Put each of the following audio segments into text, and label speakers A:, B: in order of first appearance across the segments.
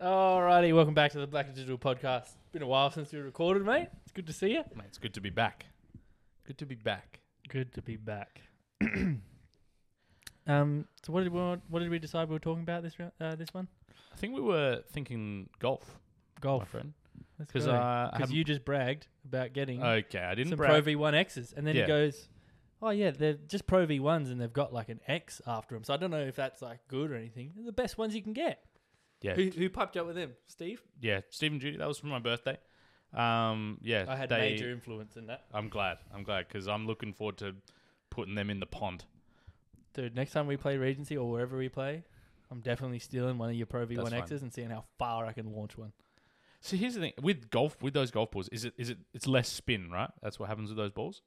A: Alrighty, welcome back to the Black and Digital podcast. Been a while since we recorded, mate. It's good to see you.
B: Mate, it's good to be back. Good to be back.
A: Good to be back. um, so what did we want- what did we decide we were talking about this rou- uh, this one?
B: I think we were thinking golf, my
A: Golf,
B: friend.
A: Let's
B: Because
A: go.
B: uh, I
A: 'Cause
B: had-
A: you just bragged about getting
B: okay, I didn't
A: some
B: brag.
A: Pro V One X's, and then he
B: Yeah.
A: goes, "Oh yeah, they're just Pro V Ones, and they've got like an X after them." So I don't know if that's like good or anything. They're the best ones you can get.
B: yeah,
A: Who who piped up with them? Steve.
B: yeah, Stephen Judy. That was for my birthday. Um, yeah,
A: I had
B: they-
A: major influence in that.
B: I'm glad. I'm glad because I'm looking forward to putting them in the pond.
A: Dude, next time we play Regency or wherever we play, I'm definitely stealing one of your Pro
B: That's fine.
A: V1Xs and seeing how far I can launch one.
B: So here's the thing with golf, with those golf balls, is it is it it's less spin, right? That's what happens with those balls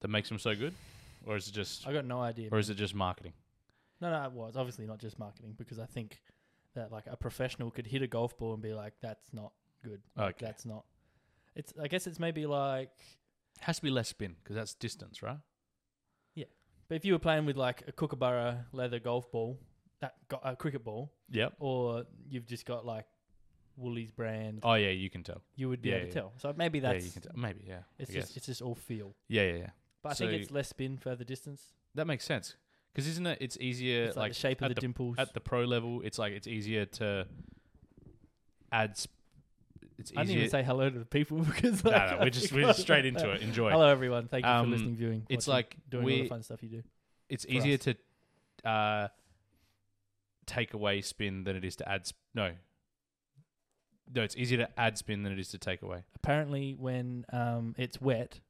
B: that makes them so good, or is it just
A: I got no idea.
B: or is it just marketing?
A: No, no, it was obviously not just marketing because I think that like a professional could hit a golf ball and be like, "That's not good. Like,
B: Okay.
A: that's not." It's. I guess it's maybe like,
B: It has to be less spin because that's distance, right?
A: but if you were playing with like a Kookaburra leather golf ball, that got a cricket ball,
B: Yep.
A: or you've just got like Woolies brand,
B: Oh yeah, you can tell.
A: you would be
B: yeah,
A: able to
B: yeah.
A: tell. So maybe
B: Yeah,
A: that's.
B: you can tell. Maybe yeah.
A: It's
B: I
A: just.
B: guess.
A: It's just all feel.
B: yeah, yeah, yeah.
A: But I
B: So-
A: think it's less spin, further distance.
B: That makes sense. Because isn't it? It's easier,
A: It's like,
B: like,
A: the shape of
B: at
A: the, dimples.
B: at the pro level. It's like it's easier to add. Sp- it's
A: I didn't
B: easier.
A: even say hello to the people because
B: no,
A: like,
B: no,
A: I
B: we're just we're
A: forgot
B: just straight
A: about
B: into
A: that.
B: it. Enjoy.
A: Hello everyone, thank you for
B: Um,
A: listening, viewing.
B: it's
A: watching,
B: like
A: doing all
B: we
A: the fun stuff you do.
B: it's
A: for
B: easier
A: us.
B: to uh, take away spin than it is to add. Sp- no. No, it's easier to add spin than it is to take away.
A: Apparently, when um, it's wet,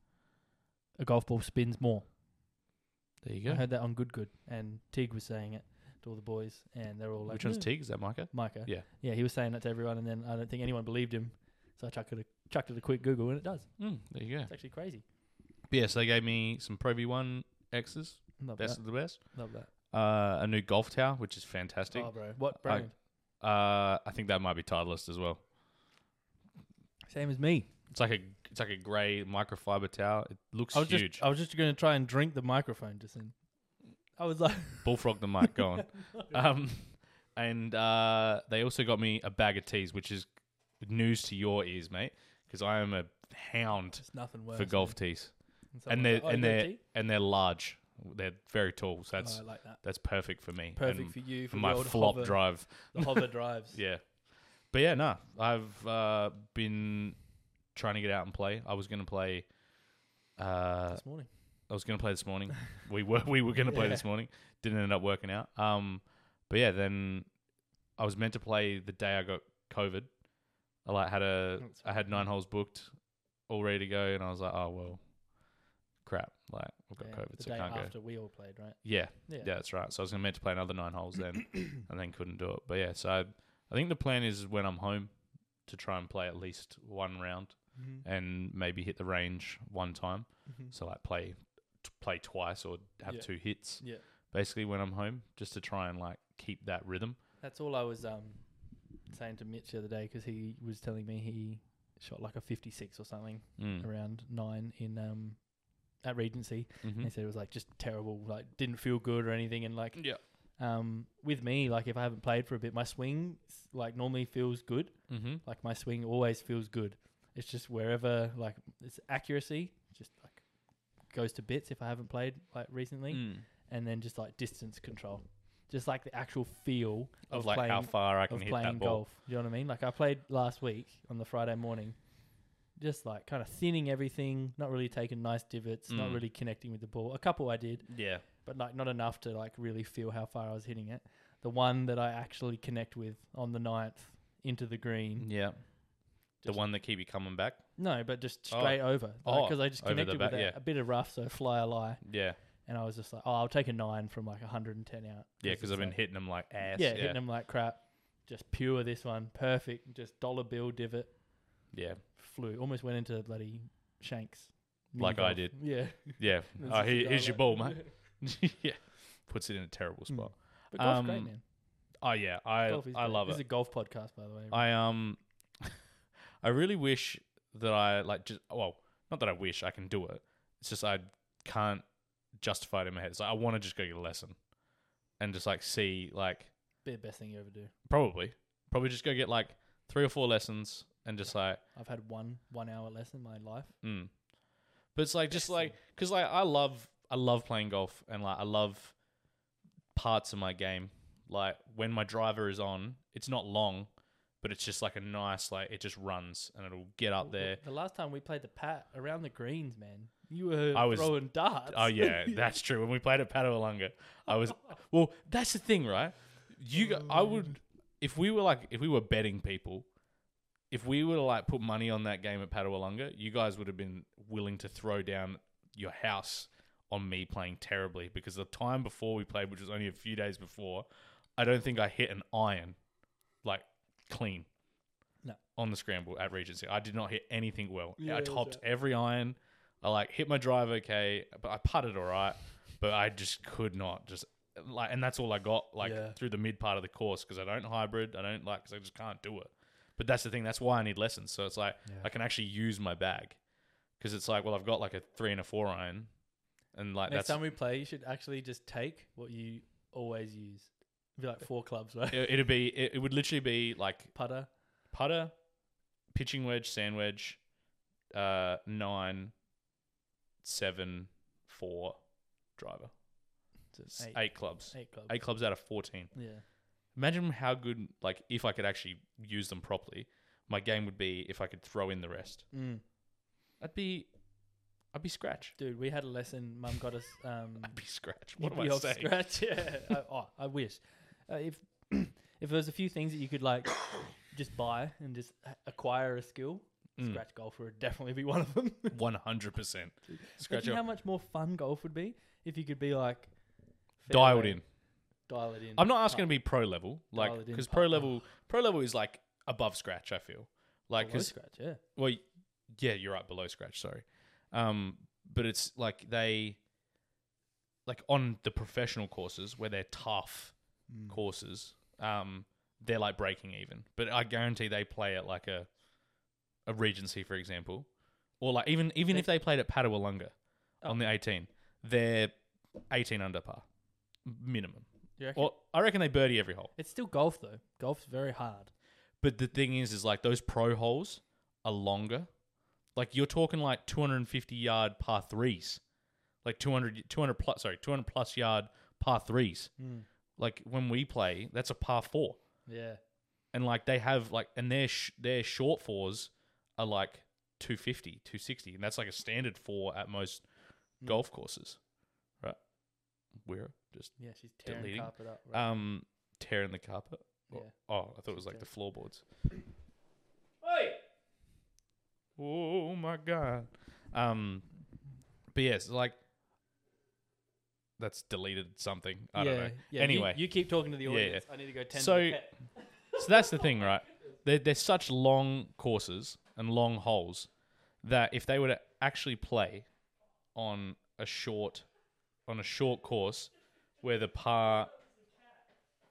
A: a golf ball spins more.
B: There you
A: I heard that on Good Good, and Teague was saying it to all the boys, and they're all like,
B: Which one's
A: "Yeah."
B: Teague? Is that Micah?
A: Micah.
B: Yeah.
A: yeah, he was saying that to everyone, and then I don't think anyone believed him, so I chucked it a, chucked it a quick Google, and it does.
B: Mm, there you go.
A: It's actually crazy.
B: But yeah, so they gave me some Pro V1 X's,
A: Love
B: best
A: that.
B: of the best.
A: Love that.
B: Uh, a new golf tower, which is fantastic.
A: Oh, bro, what
B: I-
A: brand?
B: Uh, I think that might be Titleist as well.
A: Same as me.
B: It's like a it's like a grey microfiber towel. It looks
A: I was
B: huge.
A: just I was just going to try and drink the microphone just in. I was like,
B: Bullfrog the mic, go on. um, and uh, they also got me a bag of teas, which is news to your ears, mate, because I am a hound
A: There's nothing worse
B: for golf tees, and
A: Oh,
B: they're and they're and they're large. They're very tall, so that's
A: I like that.
B: that's perfect for me.
A: Perfect
B: and
A: for you for
B: my
A: the old
B: flop
A: hover,
B: drive.
A: the hover drives.
B: Yeah. But yeah, no. I've uh, been trying to get out and play. I was gonna play uh,
A: This morning,
B: I was gonna play this morning. we were we were gonna play this morning. Didn't end up working out. Um but yeah, then I was meant to play the day I got COVID. I like had a
A: That's
B: I had nine holes booked, all ready to go, and I was like, Oh well crap, like I've got
A: yeah,
B: COVID,
A: the
B: so
A: day
B: I can't go.
A: after we all played, right?
B: Yeah.
A: Yeah.
B: Yeah, that's right. So I was gonna meant to play another nine holes then, and then couldn't do it. But yeah, so I, I think the plan is when I'm home to try and play at least one round
A: Mhm.
B: and maybe hit the range one time.
A: Mhm.
B: So like play, t- play twice or have
A: Yeah.
B: two hits.
A: Yeah.
B: Basically, when I'm home, just to try and like keep that rhythm.
A: That's all I was um saying to Mitch the other day because he was telling me he shot like a 56 or something
B: Mm.
A: around nine in um at Regency.
B: Mhm.
A: And he said it was like just terrible, like didn't feel good or anything, and like
B: Yeah.
A: um, with me, like if I haven't played for a bit, my swing s- like normally feels good.
B: Mm-hmm.
A: Like my swing always feels good. It's just wherever like it's accuracy just like goes to bits if I haven't played like recently,
B: Mm.
A: and then just like distance control, just like the actual feel
B: Of
A: of,
B: like
A: playing
B: how far I
A: of
B: can hit
A: playing
B: that ball.
A: golf. You know what I mean? Like I played last week on the Friday morning, just like kind of thinning everything, not really taking nice divots, not
B: Mm.
A: really connecting with the ball. A couple I did,
B: Yeah.
A: but like not enough to like really feel how far I was hitting it. The one that I actually connect with on the ninth into the green,
B: Yeah. The
A: Mm. Just-
B: one that keep you coming back.
A: no, but just
B: Oh.
A: straight over
B: Oh,
A: because I just
B: over the
A: connected
B: bat,
A: with a,
B: yeah.
A: a bit of rough, so fly a lie,
B: Yeah.
A: and I was just like, oh, I'll take a nine from like 110 out.
B: Yeah,
A: It's
B: because
A: just
B: I've been
A: like-
B: hitting them like ass.
A: yeah,
B: Yeah.
A: hitting them like crap. Just pure this one, perfect. Just dollar bill divot
B: Yeah.
A: flew, almost went into bloody shanks. mini
B: Like I
A: golf.
B: did.
A: Yeah.
B: Yeah.
A: That's
B: oh,
A: just
B: here,
A: the
B: here's your
A: highlight.
B: ball, mate. yeah. Puts it in a terrible spot.
A: But golf's great,
B: Um,
A: man.
B: Oh yeah, I
A: Hmm. Golf is
B: I
A: great.
B: love
A: This is
B: it.
A: a golf podcast, by the way.
B: I um, I really wish that I like just well, not that I wish I can do it. It's just I can't justify it in my head. It's like I want to just go get a lesson, and just like see like
A: Be the best thing you ever do.
B: probably Probably just go get like three or four lessons and just like,
A: I've had one one hour lesson in my life.
B: mm. but it's like just
A: Excellent.
B: like because like I love I love playing golf and like I love parts of my game. Like when my driver is on, it's not long, but it's just like a nice like it just runs and it'll get up
A: W-
B: there.
A: The last time we played the pat around the greens, man, you were
B: I was-
A: throwing darts.
B: Oh yeah, that's true. When we played at Padawalunga, I was well. That's the thing, right? You, g- I would if we were like if we were betting people, if we were to like put money on that game at Padawalunga, you guys would have been willing to throw down your house on me playing terribly because the time before we played, which was only a few days before, I don't think I hit an iron like clean.
A: No.
B: On the scramble at Regency, I did not hit anything well.
A: Yeah, uh,
B: I
A: that's
B: topped every iron. I like hit my drive okay, but I putted all right, but I just could not just like, and that's all I got like
A: Yeah.
B: through the mid part of the course because I don't hybrid, I don't like because I just can't do it. But that's the thing. That's why I need lessons. So it's like
A: Yeah.
B: I can actually use my bag because it's like well I've got like a three and a four iron, and like
A: Next
B: that's
A: time we play, you should actually just take what you always use. It'd be like four clubs, right?
B: it, it'd be it, it would literally be like
A: Putter,
B: putter, pitching wedge, sand wedge, uh, nine, seven, four, driver.
A: it's
B: It's
A: an
B: eight,
A: eight,
B: clubs. Eight.
A: eight clubs.
B: clubs out of 14.
A: Yeah,
B: Imagine how good, like, if I could actually use them properly, my game would be if I could throw in the rest.
A: mm.
B: I'd be, I'd be scratch.
A: dude, we had a lesson. Mum got us. Um,
B: I'd be scratch. What
A: You'd be
B: am I
A: off
B: saying?
A: Scratch. Yeah. I- oh, I wish. Uh, if if there was a few things that you could like just buy and just a- acquire a skill,
B: Mm.
A: scratch golfer would definitely be one of them.
B: 100%. Scratch
A: Imagine how
B: your
A: much more fun golf would be if you could be like
B: dialed
A: fairway,
B: in.
A: Dial it in. Oh,
B: I'm not
A: putt.
B: asking to be pro level, like,
A: Dial it in,
B: because
A: putt.
B: pro
A: Oh.
B: level, pro level is like above scratch, I feel. Like,
A: Below
B: because
A: scratch. Yeah.
B: Well, yeah, you're right. Below scratch, sorry. Um, but it's like they, like on the professional courses where they're tough
A: Hmm.
B: courses, um, they're like breaking even. But I guarantee they play at like a, a Regency, for example, or like even even if they played at Padawalunga on the 18, they're 18 under par, minimum.
A: You reckon?
B: Or I reckon they birdie every hole.
A: it's still golf though. Golf's very hard.
B: But the thing is, is like those pro holes are longer. Like you're talking like 250 yard par threes, like 200, 200 plus, sorry, 200 plus yard par threes.
A: Hmm.
B: Like when we play, that's a par four,
A: Yeah.
B: and like they have like, and their sh- their short fours are like 250, 260, and that's like a standard four at most
A: Mm.
B: golf courses, right? We're just
A: Yeah. She's tearing
B: Deleting.
A: carpet up. Right?
B: um tearing the carpet.
A: yeah.
B: Oh, I thought it was like the floorboards. Hey! Oh my god. Um, but yes, like that's deleted something. I
A: yeah,
B: don't know.
A: Yeah, you-
B: anyway,
A: you, keep talking to the
B: Yeah, yeah.
A: audience. I need to go ten.
B: So-
A: to the pet.
B: so that's the thing, right? They're, they're such long courses and long holes that if they were to actually play on a short on a short course where the par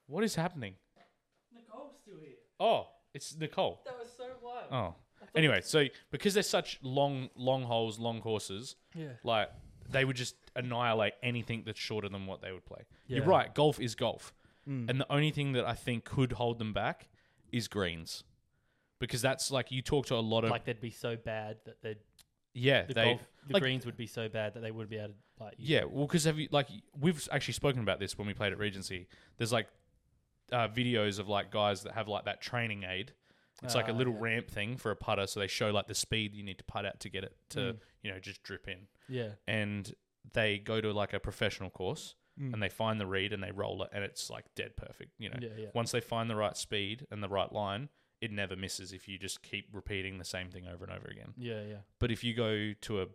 B: what is happening?
A: Nicole's still here.
B: Oh, it's Nicole.
A: That was so wild.
B: Oh. Anyway, so because they're such long, long holes, long courses,
A: Yeah.
B: like they would just annihilate anything that's shorter than what they would play. You're
A: Yeah. Mm.
B: right. Golf is golf, and the only thing that I think could hold them back is greens, because that's like you talk to a lot of
A: Like they'd be so bad that they'd
B: yeah
A: the
B: they
A: golf the
B: like,
A: greens would be so bad that they would be able to like you-
B: Yeah, well, because have you like we've actually spoken about this when we played at Regency. There's like uh, videos of like guys that have like that training aid. It's like a
A: Ah,
B: little
A: yeah.
B: ramp thing for a putter, so they show like the speed you need to putt out to get it to
A: Mm.
B: you know just drip in.
A: yeah.
B: And they go to like a professional course
A: Mm.
B: and they find the read and they roll it and it's like dead perfect. You know,
A: Yeah, yeah.
B: once they find the right speed and the right line, it never misses if you just keep repeating the same thing over and over again.
A: Yeah, yeah.
B: But if you go to a,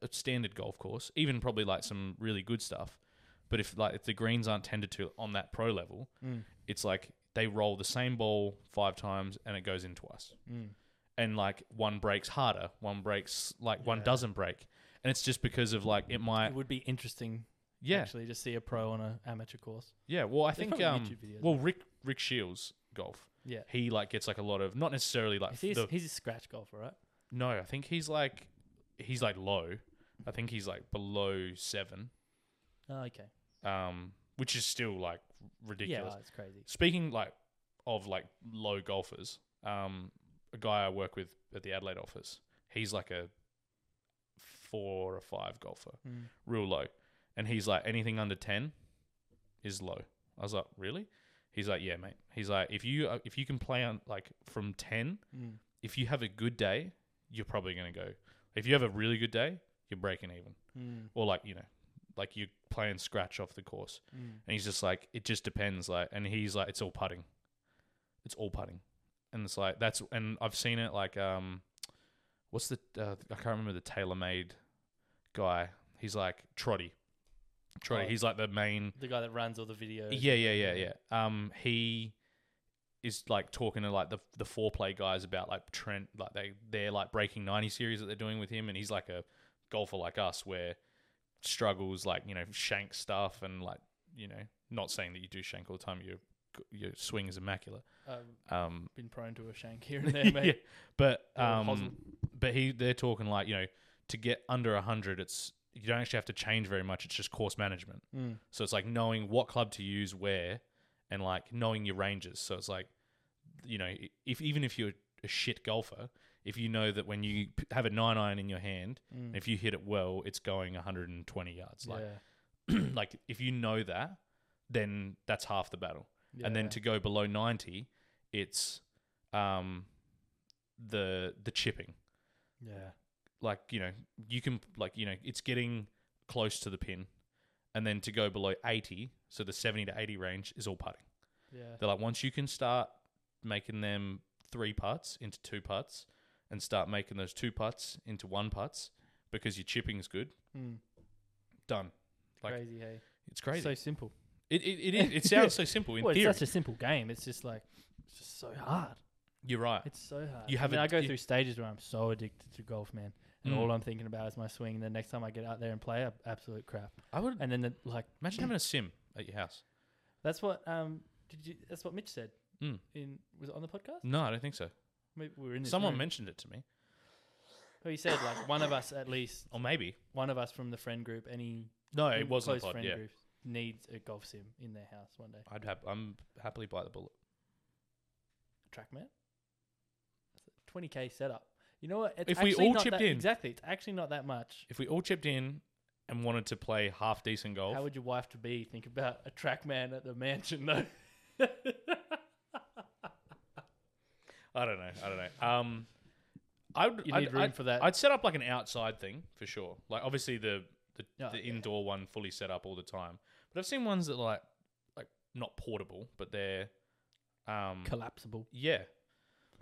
B: a standard golf course, even probably like some really good stuff, but if like if the greens aren't tended to on that pro level,
A: Mm.
B: it's like they roll the same ball five times and it goes in twice,
A: Mm.
B: and like one breaks harder, one breaks like one
A: Yeah.
B: doesn't break, and it's just because of like it might
A: It would be interesting
B: yeah
A: actually to see a pro on an amateur course.
B: yeah well I
A: There's
B: think
A: probably
B: um
A: YouTube videos.
B: well Rick Rick Shields golf
A: Yeah.
B: he like gets like a lot of not necessarily like
A: Is he a-
B: Uh, the-
A: he's a scratch golfer, right?
B: No, I think he's like he's like low. I think he's like below seven,
A: Oh, okay.
B: um, which is still like
A: Yeah,
B: ridiculous.
A: oh, it's crazy.
B: Speaking like of like low golfers. Um, a guy I work with at the Adelaide office, he's like a four or five golfer,
A: Mm.
B: real low. And he's like, anything under 10 is low. I was like, really? He's like, yeah, mate. He's like, if you uh, if you can play on like from 10,
A: Mm.
B: if you have a good day, you're probably going to go. If you have a really good day, you're breaking even.
A: Mm.
B: Or like, you know, like you're playing scratch off the course.
A: Mm.
B: And he's just like, it just depends. Like, and he's like, it's all putting. It's all putting. And it's like, that's, and I've seen it like, um, what's the, uh, I can't remember the tailor made guy. He's like, Trotty. Trotty.
A: Oh.
B: He's like the main.
A: The guy that runs all the videos.
B: Yeah, yeah, yeah, yeah. Um, he is like talking to like the the foreplay guys about like Trent, like they they're like breaking ninety series that they're doing with him, and he's like a golfer like us where struggles like you know shank stuff and like you know not saying that you do shank all the time. Your your swing is immaculate.
A: I've
B: Um,
A: uh, been prone to a shank here and there, mate.
B: yeah, but
A: Or a
B: um,
A: hosel.
B: but he they're talking like you know to get under hundred, it's you don't actually have to change very much. It's just course management.
A: Mm.
B: So it's like knowing what club to use where and like knowing your ranges. So it's like, you know, if even if you're a shit golfer, if you know that when you p- have a nine iron in your hand,
A: Mm.
B: if you hit it well, it's going 120 yards. Like,
A: Yeah.
B: like if you know that, then that's half the battle. And
A: Yeah.
B: then to go below 90, it's um, the the chipping
A: yeah.
B: like you know you can like you know it's getting close to the pin and then to go below 80 so the 70 to 80 range is all putting
A: Yeah.
B: they're like once you can start making them three putts into two putts and start making those two putts into one putts because your chipping's good
A: Mm.
B: done like-
A: crazy, hey.
B: it's crazy
A: So simple.
B: it, it, it, is- it sounds so simple in
A: well,
B: theory
A: it's such a simple game. It's just like it's just so hard.
B: you're right
A: It's so hard.
B: You
A: I
B: have
A: mean,
B: a-
A: I go
B: you-
A: through stages where I'm so addicted to golf, man, and
B: Mm.
A: all I'm thinking about is my swing. And the next time I get out there and play, I'm absolute crap.
B: i would
A: And then the, like
B: imagine having a sim at your house
A: that's what um did you that's what Mitch said
B: Mm.
A: in was it on the podcast?
B: no i don't think so
A: Maybe we were in this
B: someone
A: room.
B: mentioned it to me
A: Oh, he said like one of us at least
B: or maybe
A: one of us from the friend group, any
B: no
A: any
B: it wasn't a
A: close
B: pod,
A: friend
B: yeah
A: group needs a golf sim in their house one day.
B: i'd have i'm happily by the bullet
A: TrackMan. Twenty k setup. You know what? It's
B: If we
A: actually
B: all
A: not
B: chipped
A: that-
B: in.
A: exactly, it's actually not that much.
B: if we all chipped in and wanted to play half decent golf,
A: How would your wife to be think about a TrackMan at the mansion though?
B: I don't know. I don't know. Um, I would.
A: you
B: I'd,
A: need room
B: I'd-
A: for that.
B: I'd set up like an outside thing for sure. Like obviously the the,
A: Oh,
B: the
A: yeah.
B: indoor one fully set up all the time. But I've seen ones that like like not portable, but they're um
A: Collapsible.
B: yeah,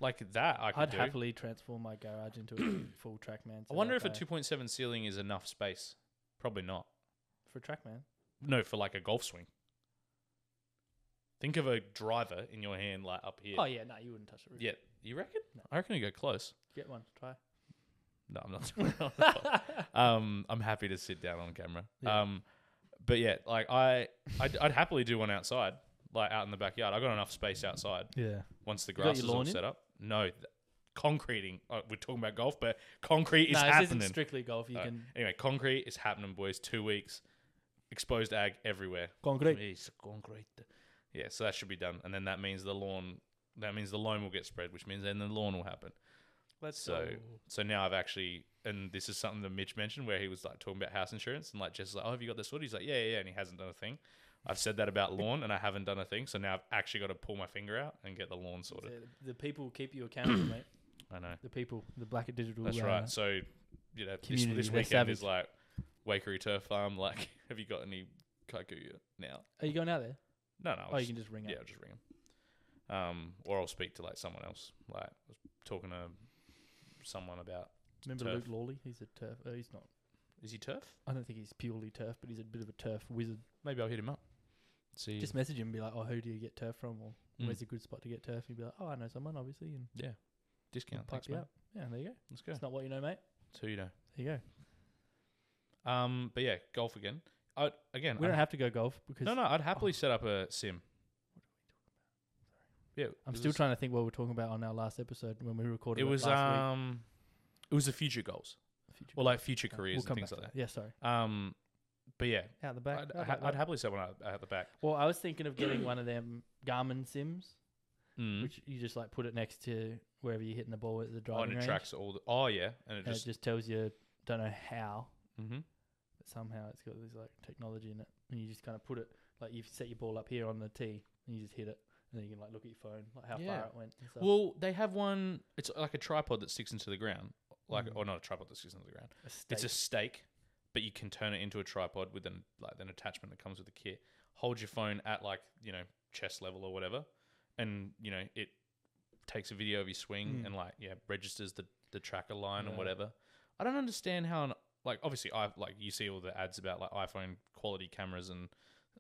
B: like that I could
A: I'd
B: do.
A: happily transform my garage into a full TrackMan.
B: I wonder if
A: setup,
B: a
A: eh?
B: two point seven ceiling is enough space. Probably not.
A: for a TrackMan.
B: No, for like a golf swing. Think of a driver in your hand, like up here.
A: Oh yeah, no, you wouldn't touch it. Really.
B: Yeah, you reckon?
A: No.
B: I reckon you go close.
A: Get one, try.
B: No, I'm not. doing it on the pod. um, I'm happy to sit down on camera.
A: Yeah.
B: Um, but yeah, like I, I'd, I'd happily do one outside, like out in the backyard. I've got enough space outside
A: Yeah.
B: once the
A: got
B: grass
A: your
B: is all
A: lawn in?
B: set up. No, th- concreting. Uh, we're talking about golf, but concrete is
A: no, this
B: happening.
A: isn't strictly golf. You
B: Uh,
A: can
B: anyway, concrete is happening, boys. Two weeks, exposed ag everywhere.
A: concrete.
B: Jeez, concrete. Yeah, so that should be done, and then that means the lawn. That means the loan will get spread, which means then the lawn will happen.
A: Let's
B: So so now I've actually, and this is something that Mitch mentioned where he was like talking about house insurance and like Jess is like, oh, have you got this sorted? He's like, yeah, yeah, yeah, and he hasn't done a thing. I've said that about lawn and I haven't done a thing. So now I've actually got to pull my finger out and get the lawn sorted.
A: the people keep you accountable, mate.
B: I know.
A: The people, the Black Digital.
B: That's
A: uh,
B: right. So, you know, this,
A: community,
B: this
A: they're
B: weekend is
A: savage.
B: like Wakery Turf Farm. Like, have you got any kaiguya now?
A: Are you going out there?
B: No, no. I'll
A: Oh, you
B: just-
A: can just ring
B: yeah,
A: up.
B: I'll just ring him. Um, or I'll speak to like someone else. Like, I was talking to someone about,
A: Remember
B: Turf.
A: Luke Lawley? He's a turf. Uh, he's not.
B: is he turf?
A: I don't think he's purely turf, but he's a bit of a turf wizard.
B: Maybe I'll hit him up. See.
A: Just message him and be like, "Oh, who do you get turf from? Or
B: Mm.
A: where's a good spot to get turf?" And he'd be like, "Oh, I know someone, obviously." And
B: Yeah. Discount.
A: pipe
B: Thanks,
A: you
B: mate.
A: up. Yeah, there you go.
B: Let's go.
A: It's not what you know, mate.
B: So you know.
A: There you go.
B: Um, but yeah, golf again. I again.
A: We
B: I'd-
A: don't have to go golf because
B: no, no. I'd
A: Oh.
B: happily set up a sim. Yeah,
A: I'm
B: this
A: still
B: is-
A: trying to think what we were talking about on our last episode when we recorded.
B: It was
A: last week.
B: um, it was the future goals
A: Future
B: or
A: golf.
B: like future
A: Uh,
B: careers and things
A: back
B: like
A: to Yeah, sorry.
B: that. Um, but yeah,
A: Out the back. out
B: I'd, ha-
A: the
B: I'd
A: back.
B: happily set one out at the back.
A: well, I was thinking of getting one of them Garmin Sims.
B: Mm.
A: which you just like put it next to wherever you're hitting the ball at the
B: oh,
A: driving
B: and it
A: range,
B: tracks all the. Oh yeah, and it
A: and
B: just.
A: it just tells you. Don't know how,
B: mm-hmm.
A: but somehow it's got this like technology in it, and you just kind of put it like you set your ball up here on the tee, and you just hit it, and then you can like look at your phone, like how
B: Yeah.
A: far it went. And stuff.
B: Well, they have one. It's like a tripod that sticks into the ground, like
A: Mm.
B: or not a tripod that sticks into the ground.
A: A
B: It's a
A: stake.
B: stake, but you can turn it into a tripod with an like an attachment that comes with the kit. Hold your phone at like you know chest level or whatever, and you know it takes a video of your swing
A: Mm.
B: and like yeah registers the the tracker line and
A: Yeah.
B: whatever. I don't understand how an, like obviously I like you see all the ads about like iPhone quality cameras and.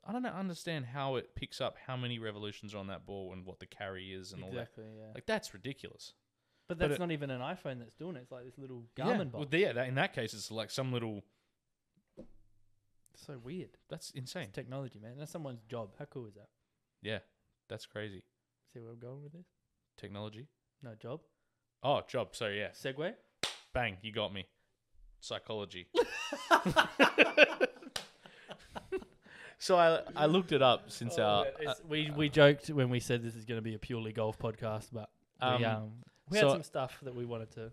B: I don't know- understand how it picks up how many revolutions are on that ball and what the carry is and all that.
A: exactly, yeah.
B: Like that's ridiculous.
A: but
B: but
A: that's
B: it-
A: not even an iPhone that's doing it. It's like this little Garmin
B: yeah.
A: box.
B: Well, yeah, that, in that case, it's like some little.
A: It's so weird.
B: That's insane.
A: It's technology, man. That's someone's job. How cool is that?
B: Yeah, that's crazy
A: See where I'm going with this?
B: technology.
A: No job.
B: Oh, job. So yes,
A: Segway.
B: bang, you got me. Psychology. so I I looked it up since
A: Oh,
B: our. uh,
A: we we joked when we said this is going to be a purely golf podcast, but
B: Um,
A: we, um, we had
B: so-
A: some stuff that we wanted to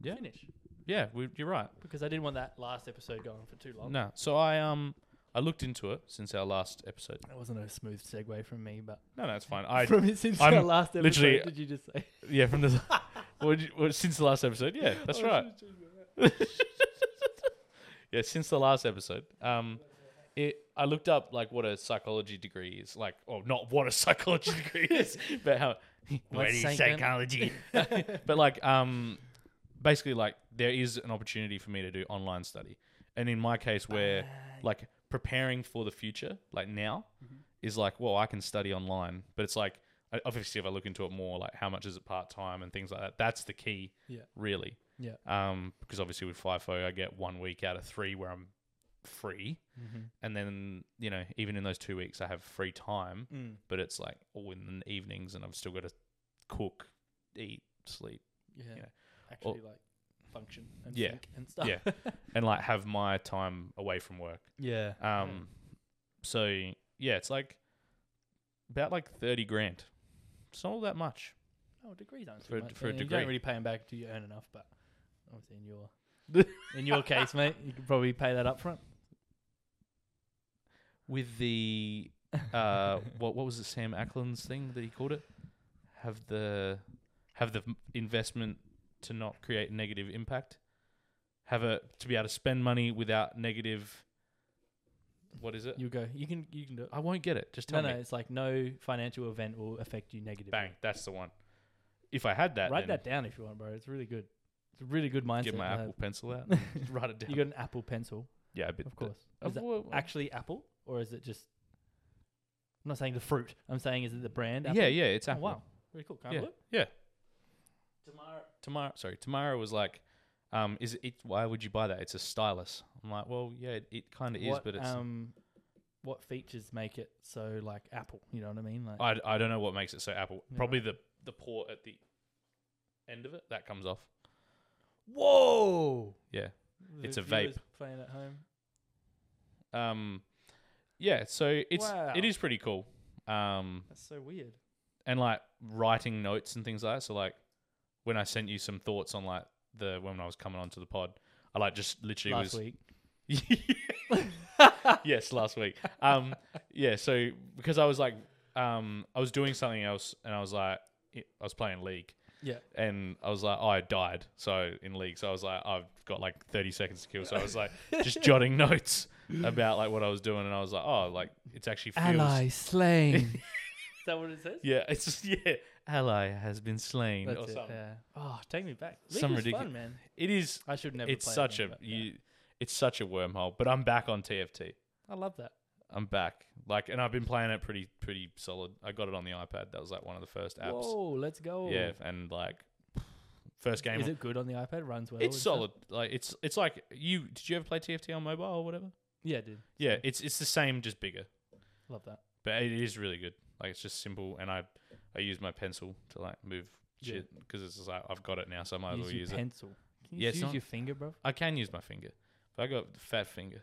B: Yeah.
A: finish
B: yeah, we, you're right.
A: because I didn't want that last episode going for too long.
B: No, so I um I looked into it since our last episode.
A: That wasn't a smooth segue from me, but
B: No, no, it's fine. I
A: from it since
B: I'm
A: our last episode,
B: literally-
A: did you just say?
B: yeah from the. What did you- what- since the last episode, yeah, that's right. yeah, since the last episode, um, it I looked up like what a psychology degree is, like, oh, not what a psychology degree is, but how
A: What
B: is
A: psycho-
B: but like, um, basically, like there is an opportunity for me to do online study, and in my case, where like preparing for the future, like now,
A: Mm-hmm.
B: is like, well, I can study online, but it's like. I- Obviously, if I look into it more, like how much is it part time and things like that, that's the key,
A: Yeah.
B: really
A: Yeah.
B: um, because obviously with FIFO, I get one week out of three where I'm free,
A: Mm-hmm.
B: and then you know even in those two weeks I have free time,
A: Mm.
B: but it's like all in the evenings, and I've still got to cook, eat, sleep,
A: Yeah.
B: Yeah.
A: Actually, like function and
B: Yeah.
A: think and stuff.
B: Yeah. and like have my time away from work.
A: yeah.
B: Um,
A: Hmm.
B: so yeah, it's like about like thirty grand. It's not all that much.
A: Oh, degrees aren't
B: For a-
A: too much.
B: for a
A: I mean, You
B: degree.
A: don't really pay them back till you earn enough, but obviously in your in your case, mate, you could probably pay that up front.
B: with the uh, what what was it Sam Ackland's thing that he called it? Have the have the m- investment to not create negative impact. Have a to be able to spend money without negative. What is it?
A: You go. You can you can do it.
B: I won't get it. Just
A: No,
B: tell
A: no,
B: me.
A: it's like no financial event will affect you negatively.
B: Bang. That's the one. If I had that,
A: Write
B: then
A: that down if you want, bro. It's really good. It's a really good mindset.
B: Get my
A: to have.
B: Apple pencil out. and write it down.
A: You got an Apple pencil,
B: yeah, a bit.
A: of course.
B: Uh,
A: Is that
B: well,
A: actually Apple, or is it just? I'm not saying the fruit. I'm saying is it the brand? Apple?
B: yeah, yeah. It's
A: Oh,
B: Apple.
A: wow, really cool. Can I
B: Yeah.
A: have a look?
B: Yeah.
A: Tomorrow.
B: Tomorrow, sorry, Tamara was like, um, "Is it? Why would you buy that? It's a stylus." I'm like, "Well, yeah, it, it kind of is,
A: what,
B: but it's.
A: um, what features make it so like Apple? You know what I mean? Like
B: I, I don't know what makes it so Apple.
A: Yeah.
B: Probably the the port at the end of it that comes off.
A: whoa,
B: Yeah.
A: The
B: It's a
A: viewers
B: vape.
A: playing at home.
B: Um, yeah. So it's
A: Wow.
B: it is pretty cool. Um,
A: That's so weird.
B: and like writing notes and things like that. So like when I sent you some thoughts on like the when I was coming onto the pod, I like just literally
A: Last
B: was
A: week,
B: yes, last week. Um, yeah, so because I was like, um, I was doing something else, and I was like, I was playing League,
A: yeah,
B: and I was like, oh, I died. So in League, so I was like, I've got like thirty seconds to kill. So I was like, just jotting notes about like what I was doing, and I was like, oh, like it's actually feels.
A: ally slain. Is that what it says?
B: Yeah, it's just, yeah, ally has been slain
A: That's
B: or
A: it.
B: something.
A: Yeah. Oh, take me back. League
B: Some
A: was
B: ridicu-
A: fun, man.
B: It is.
A: I should never.
B: it's
A: play it
B: such
A: again,
B: a
A: but, yeah.
B: you, it's such a wormhole. But I'm back on TFT.
A: I love that.
B: I'm back. Like, and I've been playing it pretty, pretty solid. I got it on the iPad. That was like one of the first apps.
A: Whoa, let's go.
B: Yeah, and like first game,
A: Is it good on the iPad? Runs well. and
B: it's
A: stuff?
B: solid. Like, it's it's like you. Did you ever play TFT on mobile or whatever?
A: Yeah, dude.
B: Yeah, it's it's the same, just bigger.
A: Love that.
B: But it is really good. Like, it's just simple, and I I use my pencil to like move
A: Yeah.
B: shit because it's just like I've got it now, so I might as
A: use
B: well
A: your
B: use it.
A: pencil. Can you just
B: Yeah, it's
A: use
B: not-
A: your finger, bro?
B: I can use my finger, but I got fat finger,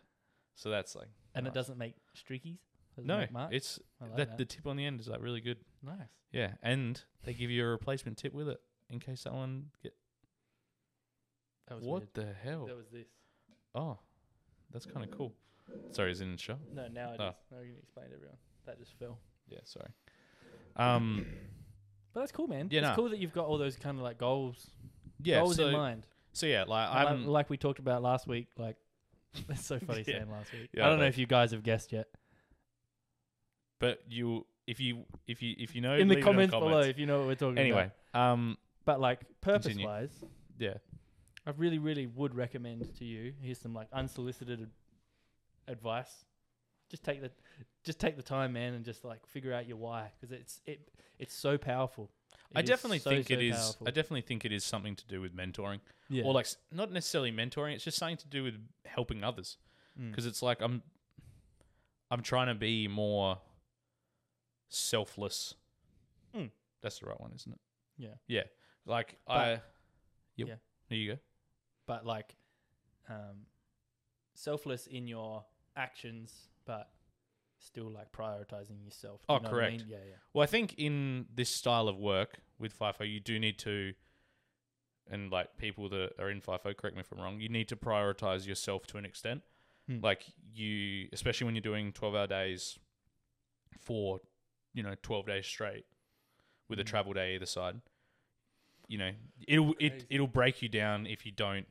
B: so that's like
A: And
B: Nice.
A: it doesn't make streakies. Doesn't
B: no.
A: make marks?
B: It's
A: I like
B: that,
A: that.
B: the tip on the end is like really good.
A: Nice.
B: Yeah, and they give you a replacement tip with it in case someone get
A: That was
B: what
A: weird.
B: the hell.
A: That was this.
B: Oh, that's kind of cool. Sorry, is it in shot?
A: No, now it is.
B: Oh.
A: Now we can explain to everyone. That just fell.
B: Yeah, sorry. Um,
A: But that's cool, man.
B: Yeah,
A: it's
B: nah.
A: cool that you've got all those kind of like goals,
B: yeah.
A: goals in
B: So,
A: mind.
B: so yeah, like I
A: Like,
B: haven't.
A: like we talked about last week. Like that's so funny
B: Yeah.
A: saying last week.
B: Yeah,
A: I
B: I
A: don't know
B: know.
A: if you guys have guessed yet.
B: But you, if you, if you, if you know,
A: in the
B: leave it
A: comments, below, if you know what we're talking about.
B: Anyway, um,
A: but like purpose
B: Continue.
A: wise,
B: yeah,
A: I really, really would recommend to you. Here's some like unsolicited ad- advice. Just take the, just take the time, man, and just like figure out your why because it's it it's so powerful.
B: I
A: It is
B: definitely
A: so,
B: think
A: so
B: it is.
A: powerful.
B: I definitely think it is something to do with mentoring,
A: yeah.
B: or like s- not necessarily mentoring. It's just something to do with helping others.
A: Mm.
B: because it's like I'm I'm trying to be more selfless.
A: Mm.
B: That's the right one, isn't it?
A: Yeah.
B: Yeah. Like
A: But-
B: I. Yep.
A: Yeah.
B: There you go.
A: but like um, selfless in your actions, but still like prioritizing yourself. Do
B: Oh,
A: you know what I mean?
B: correct.
A: Yeah, yeah.
B: Well, I think in this style of work with FIFO, you do need to, and like people that are in FIFO, correct me if I'm wrong, you need to prioritize yourself to an extent.
A: Hmm.
B: Like you, especially when you're doing 12 hour days for, you know, 12 days straight with a
A: Hmm.
B: travel day either side, you know, it'll, it,
A: Crazy.
B: it'll break you down if you don't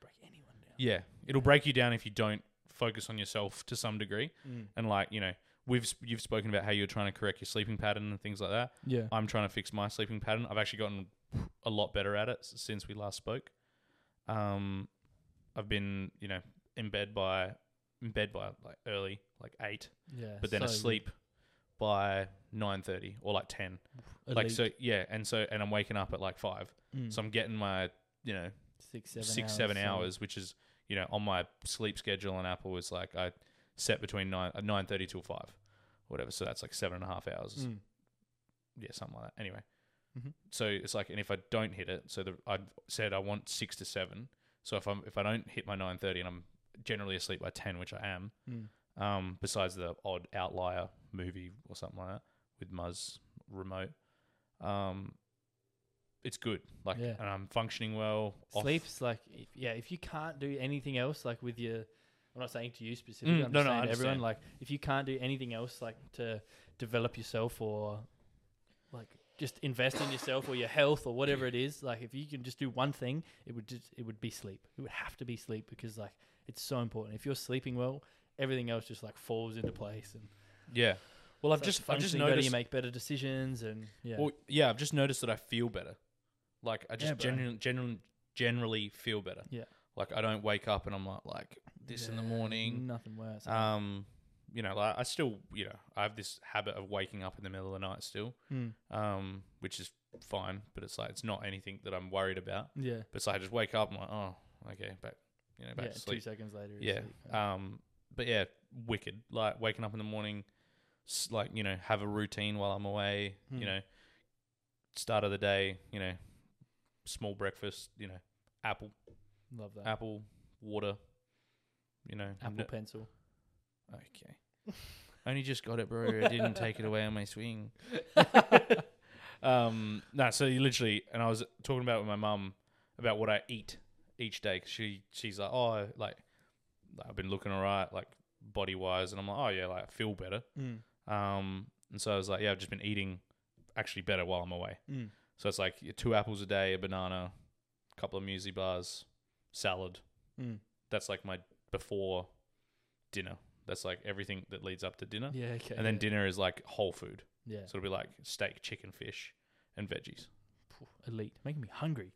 A: Break anyone down.
B: yeah, it'll break you down if you don't focus on yourself to some degree.
A: Mm.
B: And like you know, we've sp- you've spoken about how you're trying to correct your sleeping pattern and things like that.
A: Yeah.
B: I'm trying to fix my sleeping pattern. I've actually gotten a lot better at it s- since we last spoke. Um, I've been you know in bed by in bed by like early like eight,
A: Yeah.
B: but then
A: so
B: asleep by nine thirty or like ten. Like
A: elite.
B: so yeah, and so and I'm waking up at like five.
A: Mm.
B: So I'm getting my you know
A: six, seven
B: six
A: hours,
B: seven
A: so-
B: hours, which is you know on my sleep schedule on Apple is like I set between nine uh, nine thirty till five, whatever. So that's like seven and a half hours,
A: Mm.
B: yeah, something like that. Anyway,
A: Mhm.
B: so it's like, and if I don't hit it, so the, I said I want six to seven. So if I'm if I don't hit my nine thirty and I'm generally asleep by ten, which I am,
A: Mm.
B: um, besides the odd outlier movie or something like that with Muzz remote, um. It's good, like,
A: Yeah.
B: and I'm functioning well. off-
A: Sleep's like, if, yeah, if you can't do anything else, like with your, I'm not saying to you specifically,
B: Mm,
A: I'm
B: no,
A: just
B: no, I
A: saying to everyone,
B: understand.
A: like, if you can't do anything else, like to develop yourself or like just invest in yourself or your health or whatever it is, like if you can just do one thing, it would just, it would be sleep. It would have to be sleep because like it's so important. If you're sleeping well, everything else just like falls into place and
B: Yeah. Well, I've
A: starts
B: just I've just
A: functioning better,
B: noticed.
A: you make better decisions and yeah.
B: Well, yeah, I've just noticed that I feel better. Like I
A: Yeah,
B: just
A: bro.
B: generally, generally generally feel better.
A: Yeah.
B: Like I don't wake up and I'm like like this in the
A: Yeah,
B: morning.
A: Nothing worse.
B: Um, you know, like I still you know I have this habit of waking up in the middle of the night still.
A: Mm,
B: Um, which is fine, but it's like it's not anything that I'm worried about.
A: yeah.
B: But so I just wake up and I'm like oh okay back you know back
A: yeah,
B: to sleep.
A: two seconds later. it's oh,
B: Yeah.
A: sleep.
B: Um, but yeah, wicked. Like waking up in the morning, s- like you know, have a routine while I'm away.
A: Hmm.
B: You know, start of the day. You know, small breakfast. You know, apple, um,
A: Love that.
B: apple, water. You know,
A: Apple
B: uh, no-
A: Pencil.
B: okay. Only just got it, bro. I didn't take it away on my swing. um, no, so you literally, and I was talking about it with my mum about what I eat each day. 'cause she she's like, oh, like I've been looking alright, like body wise, and I'm like, oh yeah, like I feel better.
A: Mm,
B: Um, and so I was like, yeah, I've just been eating actually better while I'm away.
A: mm.
B: So it's like two apples a day, a banana, a couple of muesli bars, salad.
A: Mm.
B: That's like my before dinner. That's like everything that leads up to dinner.
A: Yeah, okay.
B: And then
A: yeah.
B: dinner is like whole food.
A: Yeah.
B: So it'll be like steak, chicken, fish, and veggies.
A: Phew, elite. Making me hungry.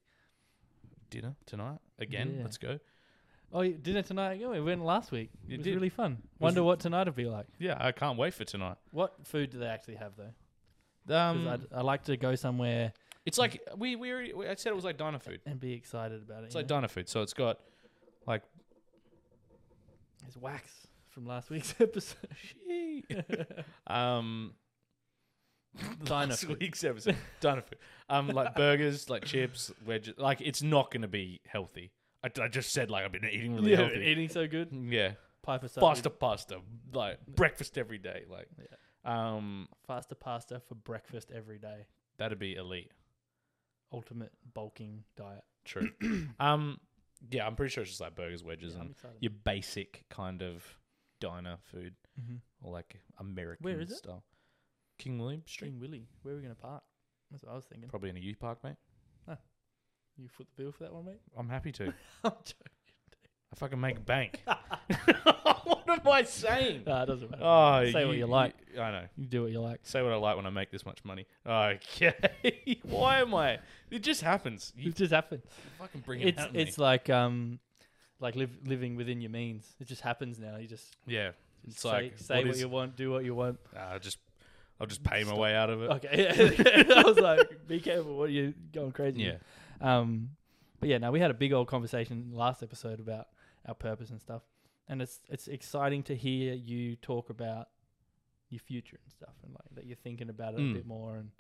B: Dinner tonight again.
A: Yeah.
B: Let's go.
A: Oh, you- dinner tonight. Yeah, we went last week. It
B: You
A: was
B: did.
A: really fun. Wonder
B: it-
A: what tonight will be like.
B: Yeah, I can't wait for tonight.
A: What food do they actually have though? 'Cause
B: Um,
A: I'd I like to go somewhere
B: it's like we we already we, I said it was like diner food.
A: and be excited about it.
B: It's
A: you
B: like
A: know?
B: diner food. So it's got
A: It's wax from last week's episode.
B: um
A: Diner
B: last
A: food.
B: week's episode diner food. Um, like burgers, like chips, wedges. Like it's not going to be healthy. I, I just said like I've been eating really
A: yeah,
B: healthy.
A: eating so good.
B: yeah,
A: Piper.
B: pasta, pasta, like breakfast every day. Like, Um,
A: Faster pasta for breakfast every day.
B: that'd be elite.
A: Ultimate bulking diet.
B: True. um, yeah, I'm pretty sure it's just like burgers, wedges,
A: Yeah, I'm
B: and
A: excited.
B: your basic kind of diner food
A: Mhm.
B: or like American
A: Where is it?
B: style. King William Street,
A: King Willy, where are we going to park? That's what I was thinking.
B: probably in a youth park, mate.
A: You foot the bill for that one, mate?
B: I'm happy to.
A: I'm joking.
B: I fucking make bank. what am I saying?
A: Nah, it doesn't matter.
B: Oh,
A: Uh, Say what you like.
B: I know.
A: You do what you like.
B: Say what I like when I make this much money. Okay. Why am I? It just happens. You
A: It just happens.
B: fucking bring it
A: It's
B: out. of me.
A: it's like um, like live, living within your means. It just happens now. You just,
B: yeah.
A: just
B: It's
A: say,
B: like,
A: say
B: what
A: what,
B: is-
A: you want, do what you want.
B: I Uh, just, I'll just pay my way out of it.
A: Okay, I was like, be careful, what are you going crazy?
B: Yeah.
A: Um, but yeah, now we had a big old conversation last episode about our purpose and stuff, and it's it's exciting to hear you talk about your future and stuff, and like that you're thinking about it
B: Mm.
A: a bit more, and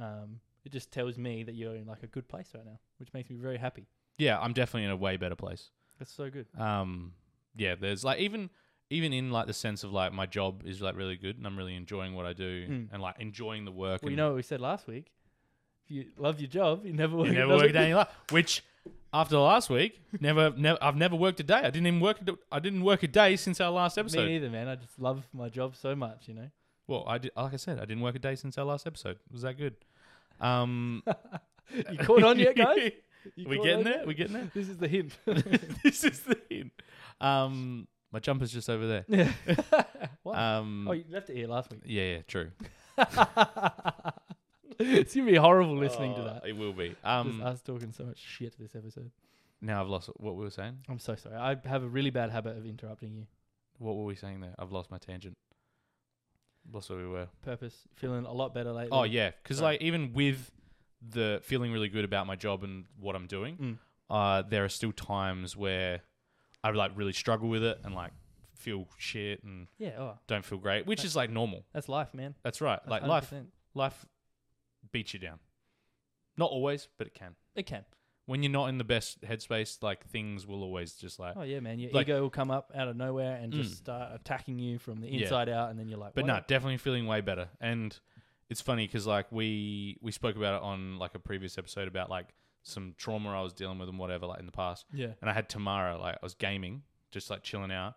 A: um, it just tells me that you're in like a good place right now, which makes me very happy.
B: Yeah. I'm definitely in a way better place.
A: That's so good.
B: Um. Yeah. There's like even even in like the sense of like my job is like really good and I'm really enjoying what I do
A: Mm.
B: and like enjoying the work.
A: Well,
B: and
A: you know what we said last week. If you love your job, you never work.
B: You never
A: another
B: worked a day in
A: day.
B: your life. Which, after last week, never, never, I've never worked a day. I didn't even work. a d- I didn't work a day since our last
A: Me
B: episode.
A: neither, man. I just love my job so much, you know.
B: Well, I did, like I said, I didn't work a day since our last episode. Was that good? Um,
A: You caught on yet, guys? You
B: we
A: caught
B: getting
A: on
B: there?
A: yet?
B: We getting there?
A: This is the hint.
B: this is the hint. Um, my jumper's just over there.
A: Yeah. what?
B: Um,
A: oh, you left it here last week.
B: yeah, yeah, true.
A: it's gonna be horrible listening to
B: Oh,
A: that.
B: it will be.
A: Just
B: Um,
A: us talking so much shit this episode.
B: now I've lost what we were saying.
A: I'm so sorry. I have a really bad habit of interrupting you.
B: What were we saying there? I've lost my tangent. Lost where we were.
A: Purpose. Feeling a lot better lately.
B: Oh yeah, because
A: Sorry.
B: like even with the feeling really good about my job and what I'm doing,
A: Mm.
B: uh, there are still times where I like really struggle with it and like feel shit and
A: Yeah. Oh,
B: don't feel great, which is like normal.
A: that's life, man.
B: That's right.
A: That's
B: like life,
A: 100%.
B: life beats you down. Not always, but it can.
A: It can.
B: When you're not in the best headspace, like things will always just like.
A: Oh yeah, man. Your
B: Like-
A: ego will come up out of nowhere and
B: Mm.
A: just start attacking you from the
B: Yeah.
A: inside out, and then you're like,
B: but
A: "What?"
B: no, definitely feeling way better. And it's funny because like we we spoke about it on like a previous episode about like some trauma I was dealing with and whatever like in the past.
A: Yeah.
B: and I had Tamara. Like I was gaming, just like chilling out,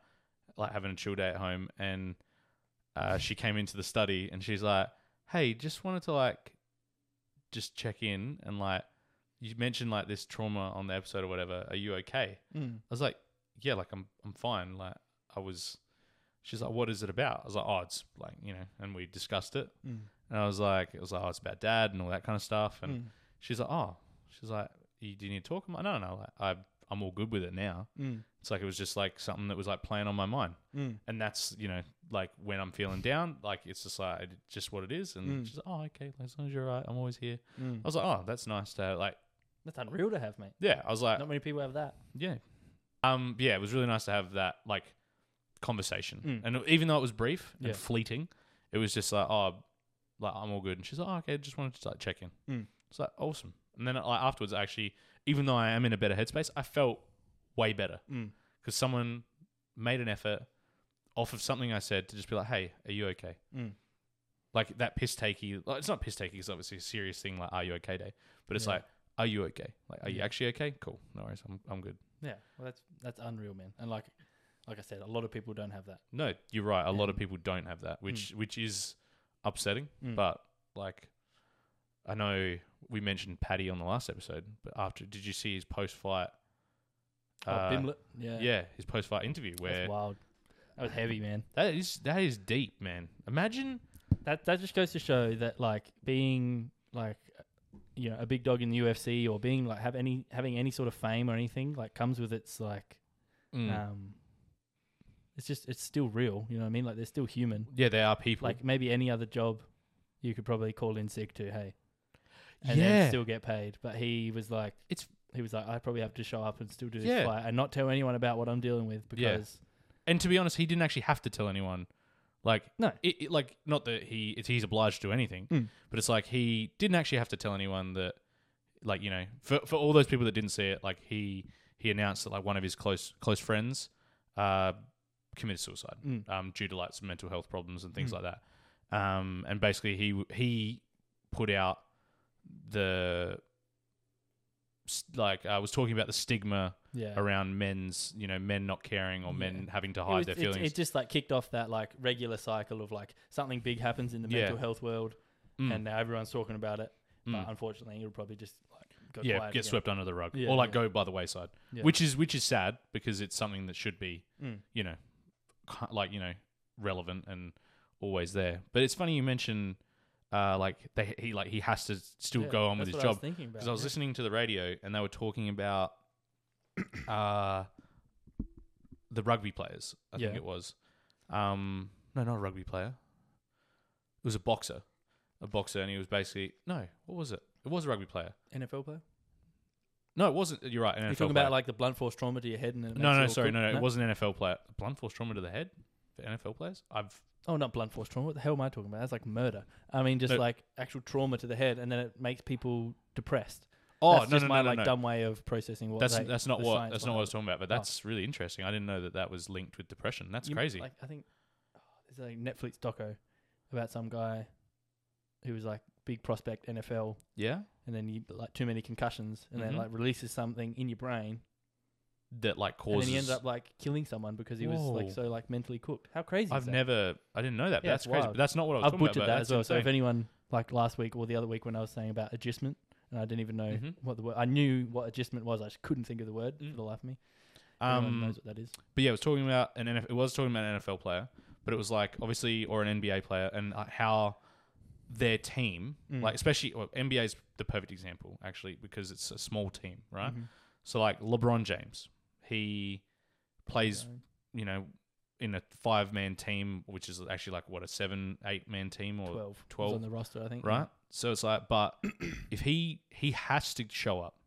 B: like having a chill day at home, and uh, she came into the study and she's like, "Hey, just wanted to like just check in and like you mentioned like this trauma on the episode or whatever. Are you okay?"
A: Mm.
B: I was like, "Yeah, like I'm I'm fine." Like I was. She's like, "What is it about?" I was like, "Oh, it's like you know," and we discussed it.
A: Mm.
B: And I was like, "It was like, oh, it's about dad and all that kind of stuff." And
A: Mm.
B: she's like, "Oh, she's like, you, do you need to talk?" I'm like, "No, no, like, I I'm all good with it now."
A: Mm.
B: It's like it was just like something that was like playing on my mind.
A: Mm.
B: And that's, you know, like when I'm feeling down, like it's just like it's just what it is. And
A: Mm.
B: she's like, oh, okay, as long as you're all right, I'm always here. I
A: Mm.
B: was like, oh, that's nice to like,
A: That's unreal to have, mate.
B: yeah. I was like,
A: Not many people have that.
B: yeah. Um, yeah, it was really nice to have that like conversation.
A: Mm.
B: And even though it was brief
A: Yeah.
B: and fleeting, it was just like, oh, like I'm all good. And she's like, oh, okay, just wanted to like check in.
A: Mm.
B: It's like awesome. And then like afterwards, actually, even though I am in a better headspace, I felt way better
A: Mm.
B: because someone made an effort off of something I said to just be like, "Hey, are you okay?"
A: Mm.
B: Like that piss takey. Like, it's not piss takey. It's obviously a serious thing. Like, "Are you okay?" Day, but it's
A: Yeah.
B: like, "Are you okay?" Like, "Are you
A: Yeah.
B: actually okay?" Cool. No worries. I'm I'm good.
A: Yeah, well, that's that's unreal, man. And like, like I said, a lot of people don't have that.
B: No, you're right. A lot of people don't have that, which which is upsetting.
A: Mm.
B: But like, I know we mentioned Paddy on the last episode, but after did you see his post fight?
A: Oh, Bimlet, yeah,
B: Uh, yeah, his post fight interview where
A: that's wild. That was heavy, man.
B: that is that is deep, man. Imagine
A: That that just goes to show that like being like you know a big dog in the UFC or being like have any having any sort of fame or anything like comes with its like
B: Mm.
A: um it's just it's still real you know what i mean like they're still human
B: Yeah, they are people.
A: like maybe any other job you could probably call in sick to hey and
B: yeah,
A: then still get paid but he was like
B: It's-
A: he was like i probably have to show up and still do this
B: Yeah.
A: fight and not tell anyone about what i'm dealing with
B: Yeah.
A: because
B: and to be honest, he didn't actually have to tell anyone. Like
A: No.
B: it, it- like not that he it's, he's obliged to anything,
A: Mm.
B: but it's like he didn't actually have to tell anyone that. Like you know, for for all those people that didn't see it, like he he announced that like one of his close close friends, uh, committed suicide,
A: Mm.
B: um, due to like some mental health problems and things
A: Mm.
B: like that, um, and basically he w- he put out the s- like I was talking about the stigma
A: Yeah.
B: around men's you know men not caring or men having to
A: It
B: hide
A: was-
B: their
A: it-
B: feelings.
A: It, just like kicked off that like regular cycle of like something big happens in the
B: Yeah.
A: mental health world,
B: Mm.
A: and uh, now everyone's talking about it.
B: Mm.
A: But unfortunately, it'll probably just like go
B: yeah,
A: quiet
B: get
A: again.
B: swept under the rug
A: Yeah,
B: or like
A: yeah.
B: go by the wayside,
A: Yeah.
B: which is which is sad because it's something that should be
A: Mm.
B: you know, ki- like you know, relevant and always there. But it's funny you mention, uh, like they he like he has to still
A: Yeah,
B: go on with
A: that's
B: his
A: what I was
B: job
A: thinking about,
B: because I was
A: yeah.
B: listening to the radio and they were talking about, uh, the rugby players. I think
A: Yeah.
B: it was, um, no, not a rugby player. It was a boxer, a boxer, and he was basically no. What was it? It was a rugby player.
A: NFL player.
B: No, it wasn't. You're right. An
A: You're
B: NFL
A: talking
B: player.
A: about like the blunt force trauma to your head and then it
B: no,
A: makes
B: no,
A: you all
B: sorry,
A: cool?
B: no, no, It was an NFL player. Blunt force trauma to the head for NFL players. I've
A: Oh, not blunt force trauma. What the hell am I talking about? That's like murder. I mean, just
B: No.
A: like actual trauma to the head, and then it makes people depressed.
B: Oh
A: that's
B: no,
A: just
B: no,
A: my
B: no, no,
A: like
B: no.
A: dumb way of processing what
B: That's
A: they-
B: that's not
A: the
B: what
A: science
B: that's not what I was
A: behind
B: talking about. But
A: Oh.
B: that's really interesting. I didn't know that that was linked with depression.
A: it.
B: That's
A: You-
B: crazy.
A: Like I think oh, there's a Netflix doco about some guy who was like big prospect NFL,
B: yeah,
A: and then you like too many concussions, and
B: Mhm.
A: then like releases something in your brain,
B: that like
A: and
B: causes.
A: then he ends up like killing someone because he was like
B: Whoa.
A: so like mentally cooked. How crazy! is
B: I've
A: that?
B: never. I didn't know that. but
A: Yeah,
B: that's
A: it's
B: crazy.
A: wild.
B: But that's not what I was
A: I
B: Oh, talking
A: butchered
B: about.
A: that
B: but
A: as well.
B: that's
A: So if
B: insane.
A: anyone like last week or the other week when I was saying about adjustment and I didn't even know
B: Mhm.
A: what the word I knew what adjustment was, I just couldn't think of the word
B: Mm.
A: for the life of me. Everyone
B: um,
A: knows what that is.
B: but yeah, it was talking about an NFL, it was talking about an NFL player, but it was like obviously or an NBA player and uh, how their team,
A: Mm.
B: like especially well, NBA is the perfect example actually because it's a small team, right?
A: Mhm.
B: So like LeBron James, he plays
A: So,
B: you know, in a five man team, which is actually like what a seven, eight man team or
A: twelve. was
B: 12,
A: on the roster, I think.
B: right? So it's like, but if he he has to show up,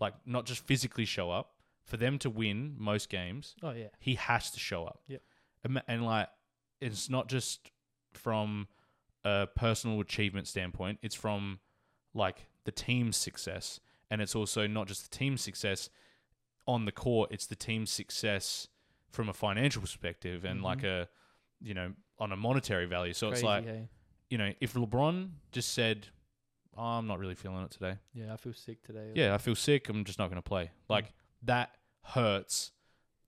B: like not just physically show up for them to win most games,
A: Oh yeah.
B: he has to show up.
A: Yep.
B: And, and like, it's not just from a personal achievement standpoint, it's from like the team's success. And it's also not just the team's success on the court, it's the team's success from a financial perspective and like a, you know, on a monetary value. So it's
A: Mm-hmm. Crazy,
B: like,
A: hey?
B: you know, if LeBron just said, oh, I'm not really feeling it today
A: Yeah, Mm. I feel sick today.
B: yeah, I feel sick. I'm just not going to play. Like that hurts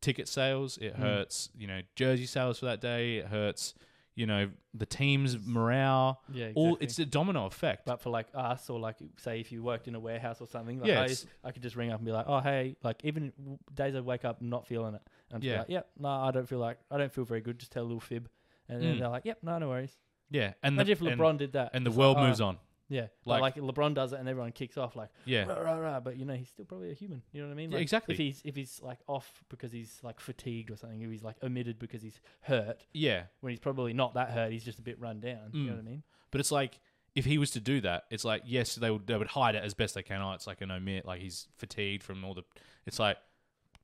B: ticket sales. It
A: Mm.
B: hurts, you know, jersey sales for that day. It hurts, you know, the team's morale.
A: Yeah, exactly.
B: All it's a domino effect.
A: but for like us or like say if you worked in a warehouse or something, like
B: Yeah,
A: I,
B: it's-
A: used- I could just ring up and be like, oh hey, like even w- days I wake up not feeling it, and I'm just
B: Yeah.
A: like, yep, no, I don't feel like I don't feel very good. Just tell a little fib, and then
B: Mm.
A: they're like, yep, no, no worries.
B: yeah, and the,
A: Imagine if
B: Mm. and-
A: LeBron did that,
B: and, the
A: It's like,
B: world
A: "Oh,
B: moves on.
A: Yeah, like, like
B: Like-
A: LeBron does it, and everyone kicks off like
B: Yeah,
A: rah rah rah. But you know, he's still probably a human. You know what I mean?
B: Yeah,
A: Like,
B: exactly.
A: If he's if he's like off because he's like fatigued or something, if he's like omitted because he's hurt,
B: yeah.
A: when he's probably not that hurt, he's just a bit run down. You know
B: Mm.
A: what I mean?
B: But it's like if he was to do that, it's like yes, they would they would hide it as best they can. Oh, it's like an omit. Like he's fatigued from all the. It's like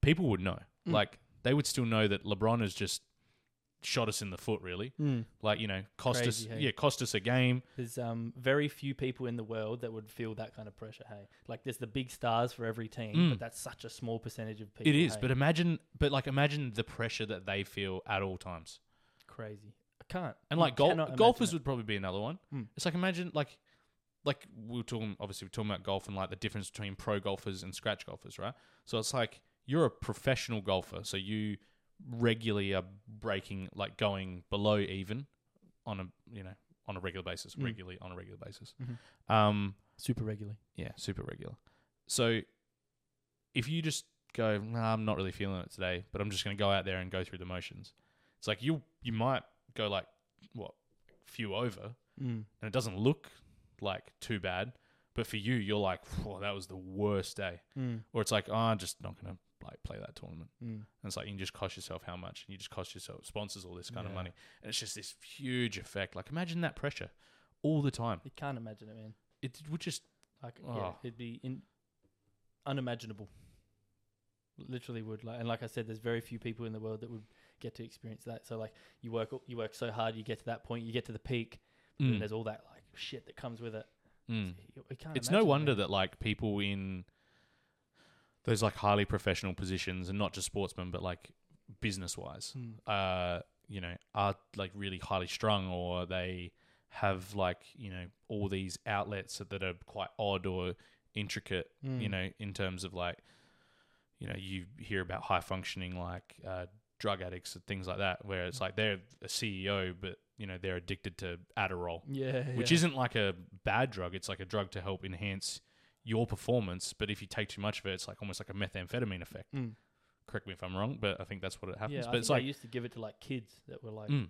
B: people would know.
A: Mm.
B: Like they would still know that LeBron has just shot us in the foot. Really,
A: Mm.
B: like you know, cost
A: Crazy,
B: us.
A: hey?
B: Yeah, cost us a game.
A: There's um very few people in the world that would feel that kind of pressure. Hey, like there's the big stars for every team,
B: Mm.
A: but that's such a small percentage of people.
B: It is,
A: hey?
B: but imagine, but like imagine the pressure that they feel at all times.
A: crazy. I can't.
B: And
A: You
B: like gol-
A: cannot
B: golfers
A: imagine
B: would probably be another one.
A: Hmm.
B: It's like imagine like like we were talking obviously we're talking about golf and like the difference between pro golfers and scratch golfers, right? So it's like you're a professional golfer, so you regularly are breaking like going below even on a you know on a regular basis,
A: Mm.
B: regularly on a regular basis.
A: Mhm.
B: Um,
A: it. super regularly.
B: yeah, super regular. So if you just go, nah, I'm not really feeling it today, but I'm just going to go out there and go through the motions. It's like you you might go like what few over, and
A: Mm.
B: it doesn't look like too bad, but for you, you're like, "Phew, that was the worst day,
A: Mm.
B: or it's like, oh, I'm just not going to like play that tournament.
A: Mm.
B: And it's like you can just cost yourself how much, and you just cost yourself sponsors all this kind of
A: Yeah.
B: money, and it's just this huge effect. Like imagine that pressure all the time.
A: You can't imagine it, man.
B: It would just
A: Like yeah,
B: Oh.
A: it'd be in, unimaginable. Literally would like, and like I said, there's very few people in the world that would get to experience that. So like, you work you work so hard, you get to that point, you get to the peak, and
B: Mm.
A: there's all that like shit that comes with it.
B: Mm.
A: You- you can't
B: it's no
A: imagine it,
B: wonder
A: man.
B: that like people in those like highly professional positions and not just sportsmen but like business wise
A: Mm.
B: uh you know are like really highly strung or they have like you know all these outlets that, that are quite odd or intricate you
A: Mm.
B: know in terms of like you know you hear about high functioning like uh, drug addicts and things like that where
A: Hmm.
B: it's like they're a ceo but you know they're addicted to adderall
A: Yeah.
B: which
A: yeah.
B: isn't like a bad drug. It's like a drug to help enhance your performance. But if you take too much of it, it's like almost like a methamphetamine effect.
A: Mm.
B: Correct me if I'm wrong, but I think that's what it
A: Yeah, I
B: happens. but
A: think
B: it's
A: they
B: like,
A: used to give it to like kids that were like
B: mm.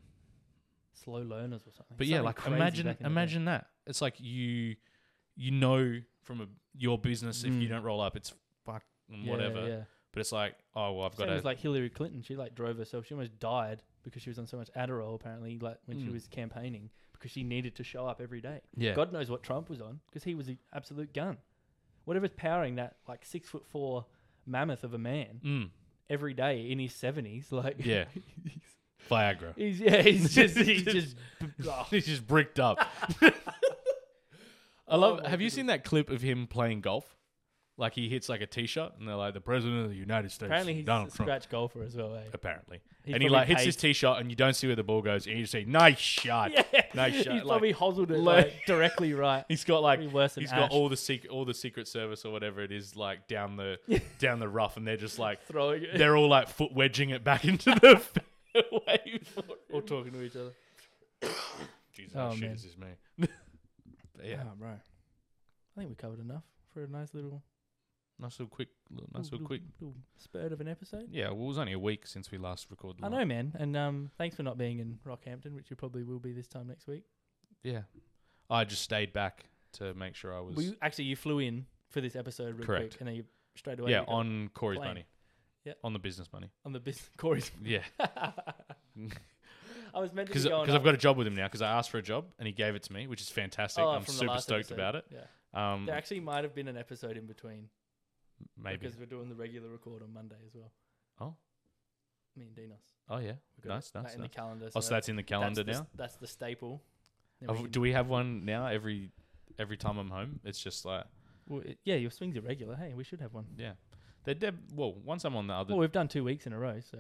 A: slow learners or something.
B: but yeah,
A: Something
B: like
A: crazy
B: imagine
A: back in the day.
B: imagine that. It's like you you know from a, your business if you
A: Mm.
B: don't roll up, it's fuck and
A: Yeah,
B: whatever.
A: Yeah.
B: But it's like, oh well, I've got
A: Same
B: to.
A: as like Hillary Clinton, she like drove herself. She almost died because she was on so much Adderall apparently, like when she
B: Mm.
A: was campaigning because she needed to show up every day.
B: yeah,
A: God knows what Trump was on because he was an absolute gun. Whatever's powering that like six foot four mammoth of a man
B: Mm.
A: every day in his seventies, like
B: yeah, Viagra.
A: he's yeah, he's just he's just oh,
B: He's just bricked up. I love.
A: Oh my
B: have you seen that clip of him playing golf? Like he hits like a tee shot, and they're like the president of the United States,
A: apparently he's
B: Donald
A: a
B: Trump.
A: scratch golfer as well. Eh?
B: Apparently,
A: He's
B: and he
A: probably
B: like hits
A: paid-
B: his tee shot, and you don't see where the ball goes, and you just say, "Nice shot,
A: Yeah,
B: nice
A: he's
B: shot." Like,
A: probably hosed it
B: like-
A: like, directly right.
B: he's got like
A: probably worse than
B: he's got
A: Ash.
B: all the secret, all the Secret Service or whatever it is, like down the down the rough, and they're just like
A: Throwing it
B: they're all like foot wedging it back into the fairway.
A: or talking to each other.
B: Jesus, how
A: Oh,
B: shit
A: man.
B: is this man? But yeah,
A: Oh, right. I think we covered enough for a nice little,
B: nice little quick, nice
A: little,
B: little quick.
A: little spurt of an episode.
B: Yeah, well, it was only a week since we last recorded.
A: I
B: the
A: know, man. And um, thanks for not being in Rockhampton, which you probably will be this time next week.
B: Yeah. I just stayed back to make sure I was.
A: Well, you, actually, you flew in for this episode real
B: Correct.
A: quick, and then you straight away.
B: yeah,
A: you got
B: on Corey's
A: plane.
B: money.
A: Yeah.
B: On the business money.
A: on the business Corey's.
B: Yeah.
A: I was meant to
B: Because uh,
A: be going
B: I've
A: up-
B: got a job with him now because I asked for a job and he gave it to me, which is fantastic.
A: Oh,
B: I'm
A: from the
B: super
A: last
B: stoked
A: episode.
B: about it.
A: Yeah.
B: Um,
A: There actually might have been an episode in between
B: maybe.
A: because we're doing the regular record on Monday as well.
B: Oh.
A: me and Dinos.
B: oh, yeah.
A: We got
B: Nice,
A: that
B: nice,
A: in
B: nice.
A: the calendar.
B: Oh, so that's in the calendar
A: that's
B: now?
A: The, that's the staple. Then
B: Of-
A: can-
B: Do we have one now every every time I'm home? It's just like,
A: Well, it, yeah, your swings are regular. Hey, we should have one.
B: yeah. They're, they well, once I'm on the other.
A: Well, we've done two weeks in a row, so.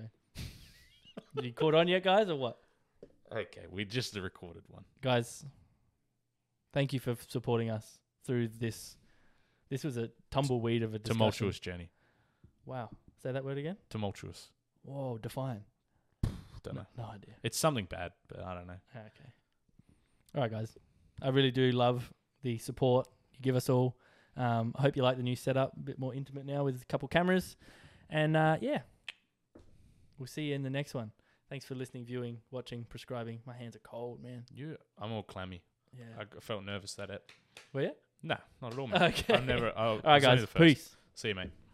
A: you caught on yet, guys, or what?
B: okay, we just the recorded one.
A: Guys, thank you for f- supporting us through this. This was a tumbleweed of a discussion.
B: Tumultuous journey.
A: Wow. Say that word again.
B: Tumultuous.
A: Whoa, define.
B: Don't know.
A: No, no idea.
B: It's something bad, but I don't know.
A: Ah, Okay. All right, guys. I really do love the support you give us all. Um, I hope you like the new setup, a bit more intimate now with a couple cameras. And uh, yeah, we'll see you in the next one. Thanks for listening, viewing, watching, prescribing. My hands are cold, man.
B: You, I'm all clammy.
A: Yeah.
B: I g- felt nervous that it.
A: Were you?
B: Nah, not at all, mate.
A: Okay.
B: I've never. I'll,
A: All right, guys. Peace.
B: See you, mate.